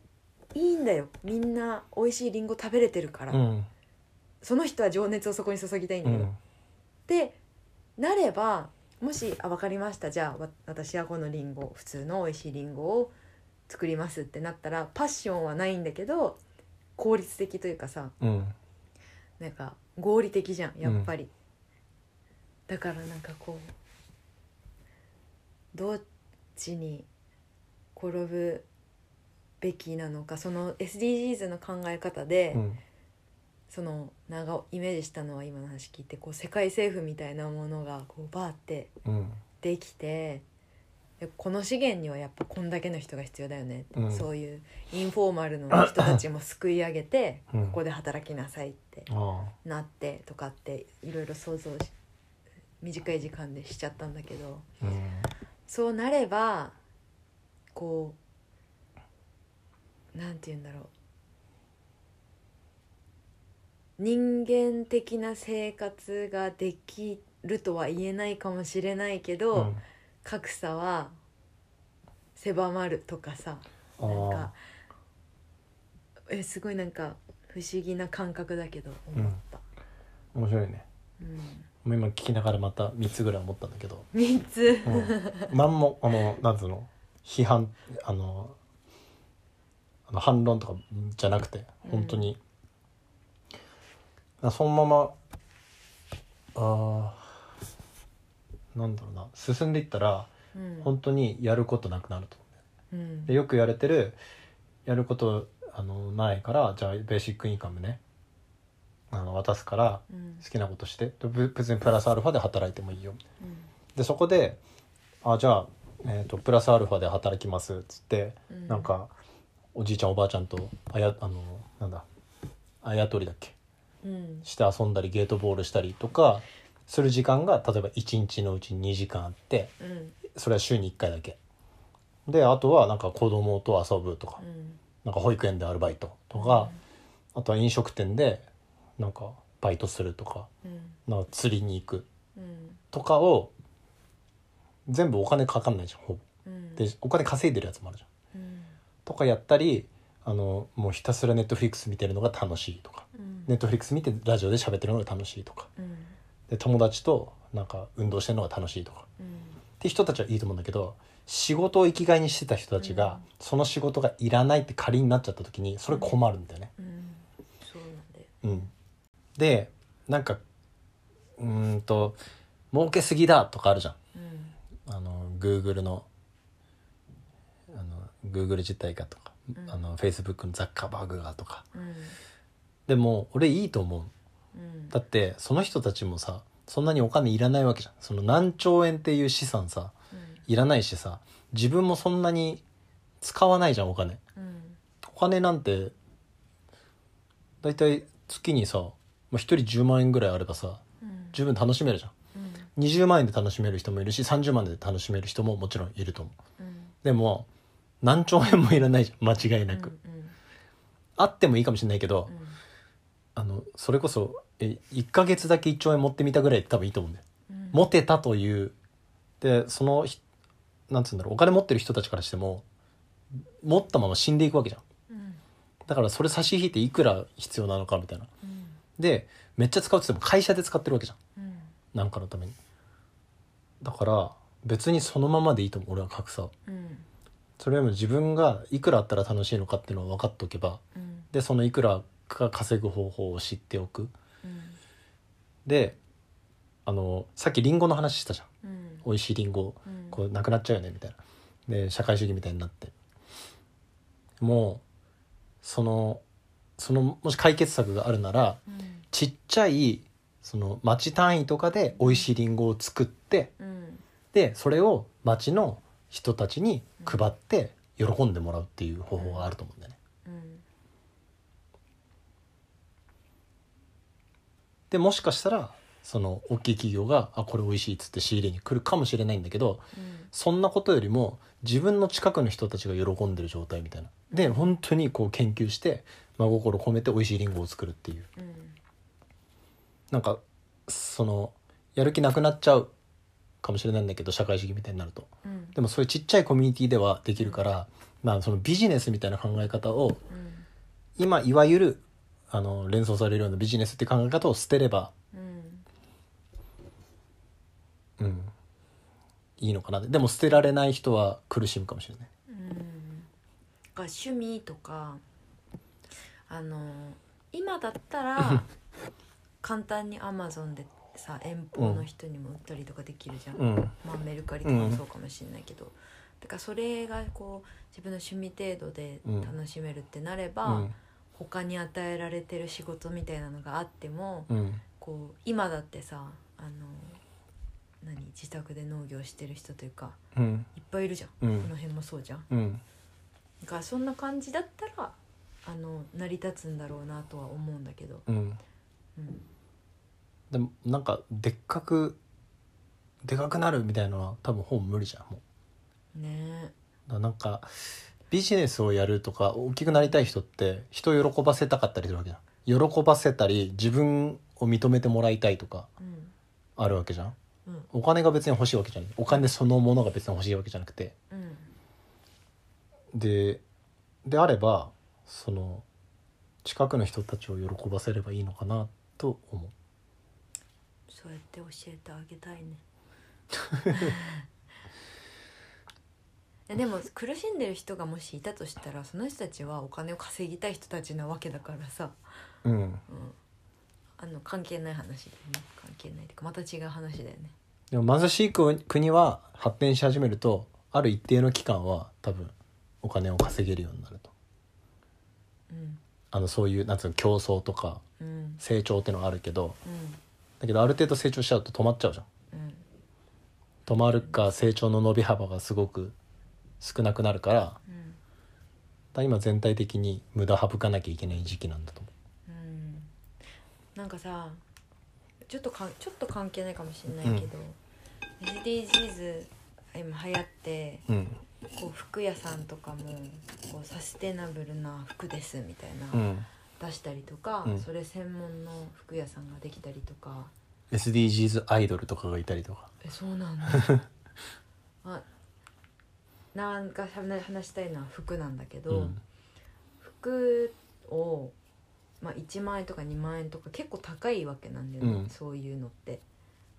[SPEAKER 1] いいんだよみんな美味しいりんご食べれてるから、
[SPEAKER 2] うん
[SPEAKER 1] その人は情熱をそこに注ぎたいん
[SPEAKER 2] う
[SPEAKER 1] だけど、
[SPEAKER 2] ん
[SPEAKER 1] でなればもし「あ分かりましたじゃあわ私はこのりんご普通の美味しいりんごを作ります」ってなったらパッションはないんだけど効率的というかさ
[SPEAKER 2] うん
[SPEAKER 1] なんか合理的じゃんやっぱり、だからなんかこうどっちに転ぶべきなのかその SDGs の考え方で、
[SPEAKER 2] うん
[SPEAKER 1] そのなんかイメージしたのは今の話聞いてこう世界政府みたいなものがこうバーって
[SPEAKER 2] うん
[SPEAKER 1] できてでこの資源にはやっぱこんだけの人が必要だよね、
[SPEAKER 2] うん、
[SPEAKER 1] そういうインフォーマルの人たちもすくい上げて
[SPEAKER 2] うん
[SPEAKER 1] ここで働きなさいって
[SPEAKER 2] あ
[SPEAKER 1] なってとかっていろいろ想像し短い時間でしちゃったんだけど
[SPEAKER 2] あうん
[SPEAKER 1] そうなればこうなんて言うんだろう人間的な生活ができるとは言えないかもしれないけど、
[SPEAKER 2] うん
[SPEAKER 1] 格差は狭まるとかさ
[SPEAKER 2] あ
[SPEAKER 1] なん
[SPEAKER 2] ー
[SPEAKER 1] かえすごいなんか不思議な感覚だけど思った。
[SPEAKER 2] 面白いね
[SPEAKER 1] うん
[SPEAKER 2] もう今聞きながらまた3つぐらい思ったんだけど
[SPEAKER 1] 三つ。
[SPEAKER 2] うん、何もあのなんつうの批判あのあの反論とかじゃなくて
[SPEAKER 1] うん
[SPEAKER 2] 本当に、あそのままあーなんだろうな進んでいったら
[SPEAKER 1] うん
[SPEAKER 2] 本当にやることなくなると思う
[SPEAKER 1] うん
[SPEAKER 2] でよくやれてるやることあのないからじゃあベーシックインカムねあの渡すから
[SPEAKER 1] うん
[SPEAKER 2] 好きなことしてでぶ別にプラスアルファで働いてもいいよでそこであじゃあ、えー、とプラスアルファで働きますっつって、
[SPEAKER 1] うん
[SPEAKER 2] なんかおじいちゃんおばあちゃんとあやあのなんだあやとりだっけ
[SPEAKER 1] うん
[SPEAKER 2] して遊んだりゲートボールしたりとかする時間が例えば1日のうちに2時間あって
[SPEAKER 1] うん
[SPEAKER 2] それは週に1回だけであとはなんか子供と遊ぶとか、
[SPEAKER 1] うん
[SPEAKER 2] なんか保育園でアルバイトとか、あとは飲食店でなんかバイトするとか
[SPEAKER 1] うん
[SPEAKER 2] なんか釣りに行く
[SPEAKER 1] うん
[SPEAKER 2] とかを全部お金かかんないじゃんほぼ
[SPEAKER 1] うん
[SPEAKER 2] でお金稼いでるやつもあるじゃん
[SPEAKER 1] うん
[SPEAKER 2] とかやったりあのもうひたすらネットフリックス見てるのが楽しいとか
[SPEAKER 1] うん
[SPEAKER 2] ネットフリックス見てラジオで喋ってるのが楽しいとか
[SPEAKER 1] うん
[SPEAKER 2] で友達となんか運動してるのが楽しいとか
[SPEAKER 1] うん
[SPEAKER 2] って人たちはいいと思うんだけど仕事を生きがいにしてた人たちが、
[SPEAKER 1] うん
[SPEAKER 2] その仕事がいらないって仮になっちゃった時にそれ困るんだよね。
[SPEAKER 1] うんそうなんだよ
[SPEAKER 2] うん、でなんかうーんと儲けすぎだとかあるじゃん
[SPEAKER 1] うん
[SPEAKER 2] あの Google のあの Google 自体がとか、
[SPEAKER 1] うん
[SPEAKER 2] あの Facebook のザッカーバーグがとか
[SPEAKER 1] うん
[SPEAKER 2] でも俺いいと思う
[SPEAKER 1] うん
[SPEAKER 2] だってその人たちもさそんなにお金いらないわけじゃんその何兆円っていう資産さいらないしさ自分もそんなに使わないじゃんお金
[SPEAKER 1] うん
[SPEAKER 2] お金なんてだいたい月にさまあ一人10万円ぐらいあればさ
[SPEAKER 1] うん
[SPEAKER 2] 十分楽しめるじゃん
[SPEAKER 1] うん
[SPEAKER 2] 20万円で楽しめる人もいるし30万円で楽しめる人ももちろんいると思う
[SPEAKER 1] うん
[SPEAKER 2] でも何兆円もいらないじゃん 間違いなく、
[SPEAKER 1] うん
[SPEAKER 2] あってもいいかもしれないけど、
[SPEAKER 1] うん
[SPEAKER 2] あのそれこそえ1ヶ月だけ1兆円持ってみたぐらいで多分いいと思うんだよ、
[SPEAKER 1] うん
[SPEAKER 2] 持てたというでそのひなんつうんだろうお金持ってる人たちからしても持ったまま死んでいくわけじゃん
[SPEAKER 1] うん
[SPEAKER 2] だからそれ差し引いていくら必要なのかみたいな
[SPEAKER 1] うん
[SPEAKER 2] でめっちゃ使うって言っても会社で使ってるわけじゃん
[SPEAKER 1] うん
[SPEAKER 2] なんかのためにだから別にそのままでいいと思う俺は格差を
[SPEAKER 1] うん
[SPEAKER 2] それよりも自分がいくらあったら楽しいのかっていうのを分かっておけば
[SPEAKER 1] うん
[SPEAKER 2] でそのいくらか稼ぐ方法を知っておく
[SPEAKER 1] うん
[SPEAKER 2] であのさっきリンゴの話したじゃん
[SPEAKER 1] うん
[SPEAKER 2] 美味しいリンゴ
[SPEAKER 1] うん
[SPEAKER 2] こうなくなっちゃうよねみたいなで社会主義みたいになってもうそのそのもし解決策があるなら
[SPEAKER 1] うん
[SPEAKER 2] ちっちゃいその町単位とかで美味しいリンゴを作って
[SPEAKER 1] うん
[SPEAKER 2] でそれを町の人たちに配って喜んでもらうっていう方法があると思うんだよね。
[SPEAKER 1] うん
[SPEAKER 2] でもしかしたらその大きい企業が「あこれ美味しい」っつって仕入れに来るかもしれないんだけど
[SPEAKER 1] うん
[SPEAKER 2] そんなことよりも自分の近くの人たちが喜んでる状態みたいな。で本当にこう研究して真心込めて美味しいリンゴを作るっていう
[SPEAKER 1] うん
[SPEAKER 2] なんかそのやる気なくなっちゃうかもしれないんだけど社会主義みたいになると
[SPEAKER 1] うん
[SPEAKER 2] でもそういうちっちゃいコミュニティではできるから、まあ、そのビジネスみたいな考え方を
[SPEAKER 1] うん
[SPEAKER 2] 今いわゆるあの連想されるようなビジネスって考え方を捨てれば、
[SPEAKER 1] うん
[SPEAKER 2] うん、いいのかなでも捨てられない人は苦しむかもしれない。
[SPEAKER 1] うんが趣味とかあの今だった ら簡単にアマゾンでさ遠方の人にも売ったりとかできるじゃん、
[SPEAKER 2] うん
[SPEAKER 1] まあ、メルカリとかもそうかもしれないけど、だからそれがこう自分の趣味程度で楽しめるってなれば、
[SPEAKER 2] うん
[SPEAKER 1] 他に与えられてる仕事みたいなのがあっても、
[SPEAKER 2] うん
[SPEAKER 1] こう今だってさあの何自宅で農業してる人というか
[SPEAKER 2] うん
[SPEAKER 1] いっぱいいるじゃん、
[SPEAKER 2] うん
[SPEAKER 1] この辺もそうじゃん。
[SPEAKER 2] うん
[SPEAKER 1] だからそんな感じだったらあの成り立つんだろうなとは思うんだけど、
[SPEAKER 2] うん
[SPEAKER 1] うん、
[SPEAKER 2] でもなんかでっかくでかくなるみたいなのは多分本無理じゃんもう
[SPEAKER 1] ね
[SPEAKER 2] だからなんかビジネスをやるとか大きくなりたい人って人を喜ばせたかったりするわけじゃん喜ばせたり自分を認めてもらいたいとか
[SPEAKER 1] えうん
[SPEAKER 2] あるわけじゃん
[SPEAKER 1] うん
[SPEAKER 2] お金が別に欲しいわけじゃないお金そのものが別に欲しいわけじゃなくて
[SPEAKER 1] うん
[SPEAKER 2] でであればその近くの人たちを喜ばせればいいのかなと思
[SPEAKER 1] そうや って教えてあげたいねでやでも苦しんでる人がもしいたとしたらその人たちはお金を稼ぎたい人たちなわけだからさ、
[SPEAKER 2] うん
[SPEAKER 1] うん、あの関係ない話だよね関係ないっていうかまた違う話だよね
[SPEAKER 2] でも貧しい国国は発展し始めるとある一定の期間は多分お金を稼げるようになると
[SPEAKER 1] うん
[SPEAKER 2] あのそういうなんつうの競争とか
[SPEAKER 1] うん
[SPEAKER 2] 成長ってのはあるけど
[SPEAKER 1] うん
[SPEAKER 2] だけどある程度成長しちゃうと止まっちゃうじゃん
[SPEAKER 1] うん
[SPEAKER 2] 止まるか成長の伸び幅がすごく少なくなるからだから今全体的に無駄省かなきゃいけない時期なんだと思
[SPEAKER 1] うんうんなんかさちょっとかちょっと関係ないかもしれないけど、SDGs 今流行って
[SPEAKER 2] ううん
[SPEAKER 1] こう服屋さんとかもこうサステナブルな服ですみたいな、
[SPEAKER 2] うん
[SPEAKER 1] 出したりとか、
[SPEAKER 2] うん
[SPEAKER 1] それ専門の服屋さんができたりとか
[SPEAKER 2] SDGs アイドルとかがいたりとか
[SPEAKER 1] えそうなん だあなんか話話したいのは服なんだけど、
[SPEAKER 2] うん
[SPEAKER 1] 服を、まあ、1万円とか2万円とか結構高いわけなんだよね、
[SPEAKER 2] うん
[SPEAKER 1] そういうのって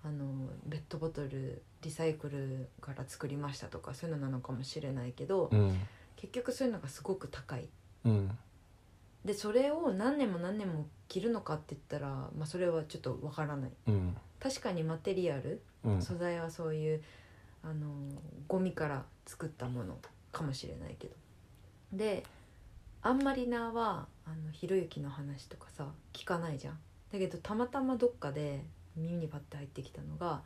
[SPEAKER 1] あのペットボトルリサイクルから作りましたとかそういうのなのかもしれないけど、
[SPEAKER 2] うん
[SPEAKER 1] 結局そういうのがすごく高い
[SPEAKER 2] うん
[SPEAKER 1] でそれを何年も何年も着るのかって言ったら、まあ、それはちょっとわからない
[SPEAKER 2] うん
[SPEAKER 1] 確かにマテリアル
[SPEAKER 2] うん
[SPEAKER 1] 素材はそういうあのゴミから作ったものかもしれないけどであんまりなはあのひろゆきの話とかさ聞かないじゃんだけどたまたまどっかで耳にパッて入ってきたのが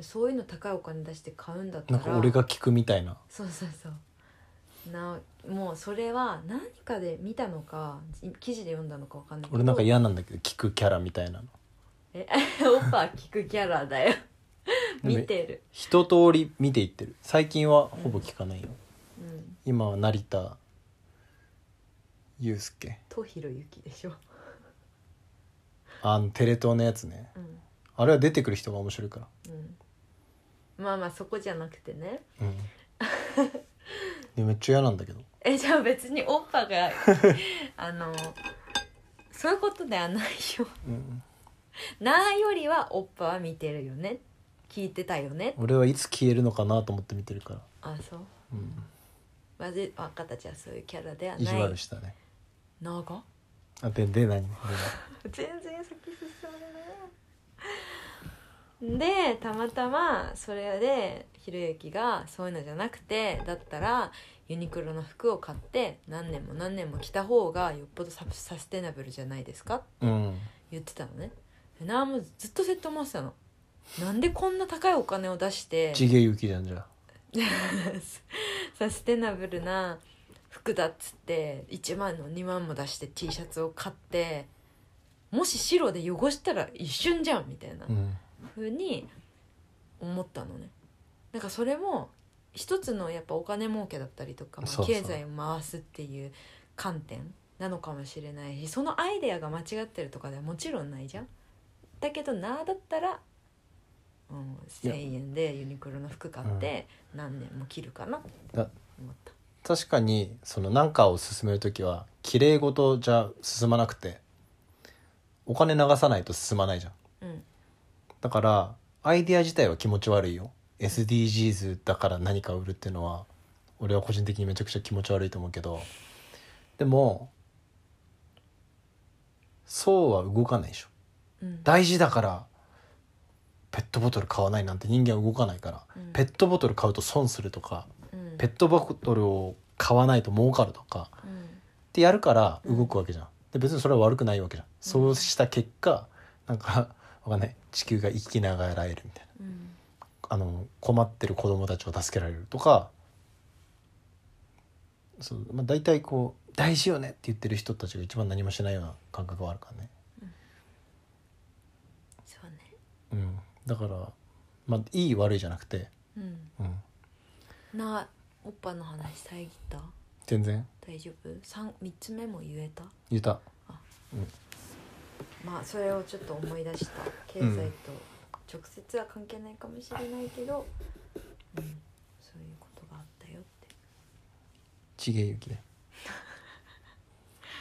[SPEAKER 1] そういうの高いお金出して買うんだった
[SPEAKER 2] なん
[SPEAKER 1] ら
[SPEAKER 2] か俺が聞くみたいな
[SPEAKER 1] そうそうそうなもうそれは何かで見たのかい記事で読んだのかわかんないけど
[SPEAKER 2] 俺なんか嫌なんだけど聞くキャラみたいなの
[SPEAKER 1] えオッパー聞くキャラだよ見てる、
[SPEAKER 2] 一通り見ていってる最近はほぼ聞かないよ、
[SPEAKER 1] うん、
[SPEAKER 2] 今は成田悠介
[SPEAKER 1] とひろゆきでしょ、
[SPEAKER 2] あのテレ東のやつね
[SPEAKER 1] うん
[SPEAKER 2] あれは出てくる人が面白いか
[SPEAKER 1] うん、まあまあそこじゃなくてね
[SPEAKER 2] らうんでめっちゃ嫌なんだけど
[SPEAKER 1] えじゃあ別にオッパー があのそういうことではないよ
[SPEAKER 2] うん
[SPEAKER 1] ないよりはオッパーは見てるよね聞いてたよね
[SPEAKER 2] 俺はいつ消えるのかなと思って見てるから、
[SPEAKER 1] あそう
[SPEAKER 2] うん、
[SPEAKER 1] わぜ若たちはそういうキャラでは
[SPEAKER 2] 意地
[SPEAKER 1] な
[SPEAKER 2] 悪
[SPEAKER 1] い
[SPEAKER 2] したね
[SPEAKER 1] 長
[SPEAKER 2] あでで何で
[SPEAKER 1] 全然先進まない でたまたまそれでひろゆきがそういうのじゃなくてだったらユニクロの服を買って何年も何年も着た方がよっぽどササステナブルじゃないですかって
[SPEAKER 2] うん
[SPEAKER 1] 言ってたのねでなあもうずっと説得もしてたのなんでこんな高いお金を出して
[SPEAKER 2] ちげゆきじゃんじゃあ
[SPEAKER 1] サステナブルな服だっつって1万の2万も出して T シャツを買ってもし白で汚したら一瞬じゃんみたいな
[SPEAKER 2] うん
[SPEAKER 1] 風に思ったのねなんかそれも一つのやっぱお金儲けだったりとか、まあ
[SPEAKER 2] そうそう
[SPEAKER 1] 経済を回すっていう観点なのかもしれないしそのアイデアが間違ってるとかではもちろんないじゃんだけどなあだったら、うん、
[SPEAKER 2] いや
[SPEAKER 1] 1,000円でユニクロの服買って何年も着るかなって
[SPEAKER 2] だ
[SPEAKER 1] 思った。
[SPEAKER 2] 確かにその何かを進める時はきれい事じゃ進まなくてお金流さないと進まないじゃん
[SPEAKER 1] うん
[SPEAKER 2] だからアイデア自体は気持ち悪いよ SDGs だから何かを売るっていうのは俺は個人的にめちゃくちゃ気持ち悪いと思うけどでもそうは動かないでしょ
[SPEAKER 1] うん
[SPEAKER 2] 大事だからペットボトル買わないなんて人間は動かないから、
[SPEAKER 1] うん
[SPEAKER 2] ペットボトル買うと損するとか
[SPEAKER 1] うん
[SPEAKER 2] ペットボトルを買わないと儲かるとか
[SPEAKER 1] うん
[SPEAKER 2] ってやるから動くわけじゃん、で別にそれは悪くないわけじゃん、そうした結果なんかわかんない地球が生きながらえるみたいな
[SPEAKER 1] うん
[SPEAKER 2] あの困ってる子供たちを助けられるとかそう、まあ、大体こう「大事よね」って言ってる人たちが一番何もしないような感覚はあるからね、
[SPEAKER 1] そうね
[SPEAKER 2] うん、だから、まあ、いい悪いじゃなくて、
[SPEAKER 1] うん
[SPEAKER 2] うん、
[SPEAKER 1] なあおっぱの話遮った
[SPEAKER 2] 全然
[SPEAKER 1] 大丈夫 3, 三つ目も言えた
[SPEAKER 2] 言った
[SPEAKER 1] まあそれをちょっと思い出した経済と直接は関係ないかもしれないけど、うんそういうことがあったよって
[SPEAKER 2] ちげゆきね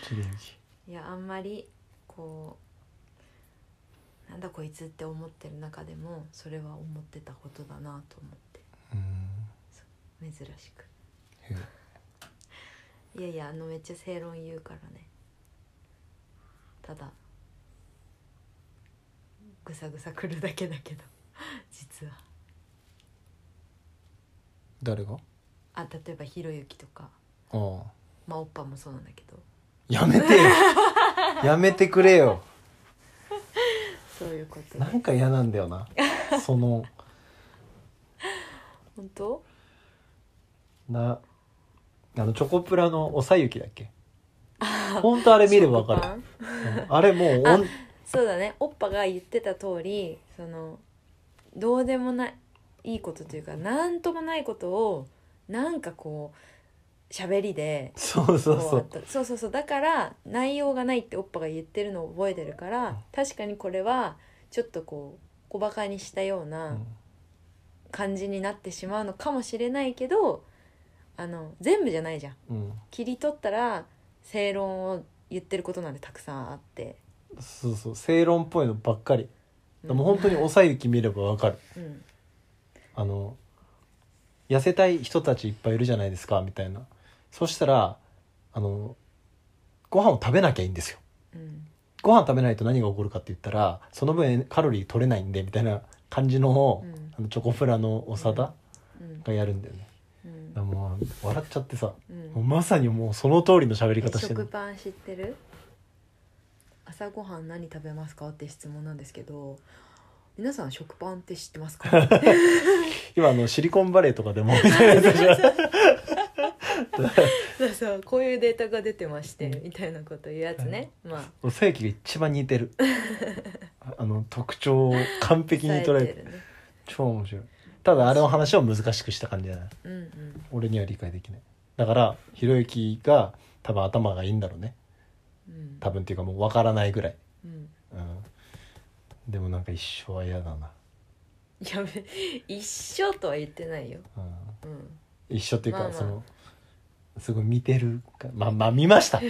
[SPEAKER 2] ちげゆき
[SPEAKER 1] いやあんまりこうなんだこいつって思ってる中でもそれは思ってたことだなと思って
[SPEAKER 2] うん
[SPEAKER 1] 珍しく
[SPEAKER 2] うん
[SPEAKER 1] いやいやあのめっちゃ正論言うからねただぐさぐさくるだけだけど実は
[SPEAKER 2] 誰が
[SPEAKER 1] あ例えばひろゆきとか
[SPEAKER 2] ああ
[SPEAKER 1] まあおっぱもそうなんだけど
[SPEAKER 2] やめ てよやめてくれよ
[SPEAKER 1] そういうこと
[SPEAKER 2] なんか嫌なんだよなその
[SPEAKER 1] 本当
[SPEAKER 2] なあのチョコプラのおさゆきだっけ本当あれ見ればわかる
[SPEAKER 1] 食パン
[SPEAKER 2] うんあれもうおん
[SPEAKER 1] そうだねおっぱが言ってた通りそのどうでもないいいことというか何ともないことをなんかこう喋りで
[SPEAKER 2] そうそうそ
[SPEAKER 1] こ
[SPEAKER 2] う
[SPEAKER 1] うそうそうそうだから内容がないっておっぱが言ってるのを覚えてるから確かにこれはちょっとこう小バカにしたよう
[SPEAKER 2] う
[SPEAKER 1] なん感じになってしまうのかもしれないけどあの全部じゃないじゃん
[SPEAKER 2] うん
[SPEAKER 1] 切り取ったら正論を言ってることなんてたくさんあって、
[SPEAKER 2] そうそう正論っぽいのばっかり
[SPEAKER 1] うん
[SPEAKER 2] でも本当におさゆき見ればわかる
[SPEAKER 1] うん
[SPEAKER 2] あの痩せたい人たちいっぱいいるじゃないですかみたいなそしたらあのご飯を食べなきゃいいんですよ
[SPEAKER 1] うん
[SPEAKER 2] ご飯食べないと何が起こるかって言ったらその分カロリー取れないんでみたいな感じのを、
[SPEAKER 1] うん
[SPEAKER 2] あのチョコプラの長田
[SPEAKER 1] うん
[SPEAKER 2] がやるんだよね、
[SPEAKER 1] うん
[SPEAKER 2] だからもう笑っちゃってさ、
[SPEAKER 1] うん
[SPEAKER 2] もうまさにもうその通りの喋り方して
[SPEAKER 1] 食
[SPEAKER 2] る
[SPEAKER 1] パン知ってる朝ごはん何食べますかって質問なんですけど皆さん食パンって知ってますか
[SPEAKER 2] 今あのシリコンバレーとか でもみたいなやつでしょ
[SPEAKER 1] そうそうこういうデータが出てまして
[SPEAKER 2] うん
[SPEAKER 1] みたいなこと言うやつね、まあ
[SPEAKER 2] おさゆきが一番似て るああの特徴を完璧に捉えて
[SPEAKER 1] るね
[SPEAKER 2] 超面白いただあれの話を難しくした感じじゃない
[SPEAKER 1] うんうん
[SPEAKER 2] 俺には理解できないだからひろゆきが多分頭がいいんだろうね
[SPEAKER 1] うん
[SPEAKER 2] 多分っていうかもう分からないぐらい、
[SPEAKER 1] うん
[SPEAKER 2] うん、でもなんか一生は嫌だな、
[SPEAKER 1] やべ一緒とは言ってないよ、
[SPEAKER 2] うん、
[SPEAKER 1] うん、
[SPEAKER 2] 一緒っていうか、
[SPEAKER 1] まあまあ
[SPEAKER 2] そのすごい見てるかまあまあ見ました い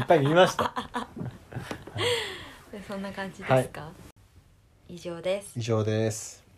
[SPEAKER 2] っぱい見ました
[SPEAKER 1] でそんな感じで
[SPEAKER 2] は
[SPEAKER 1] す
[SPEAKER 2] い
[SPEAKER 1] か、以上です
[SPEAKER 2] 以上です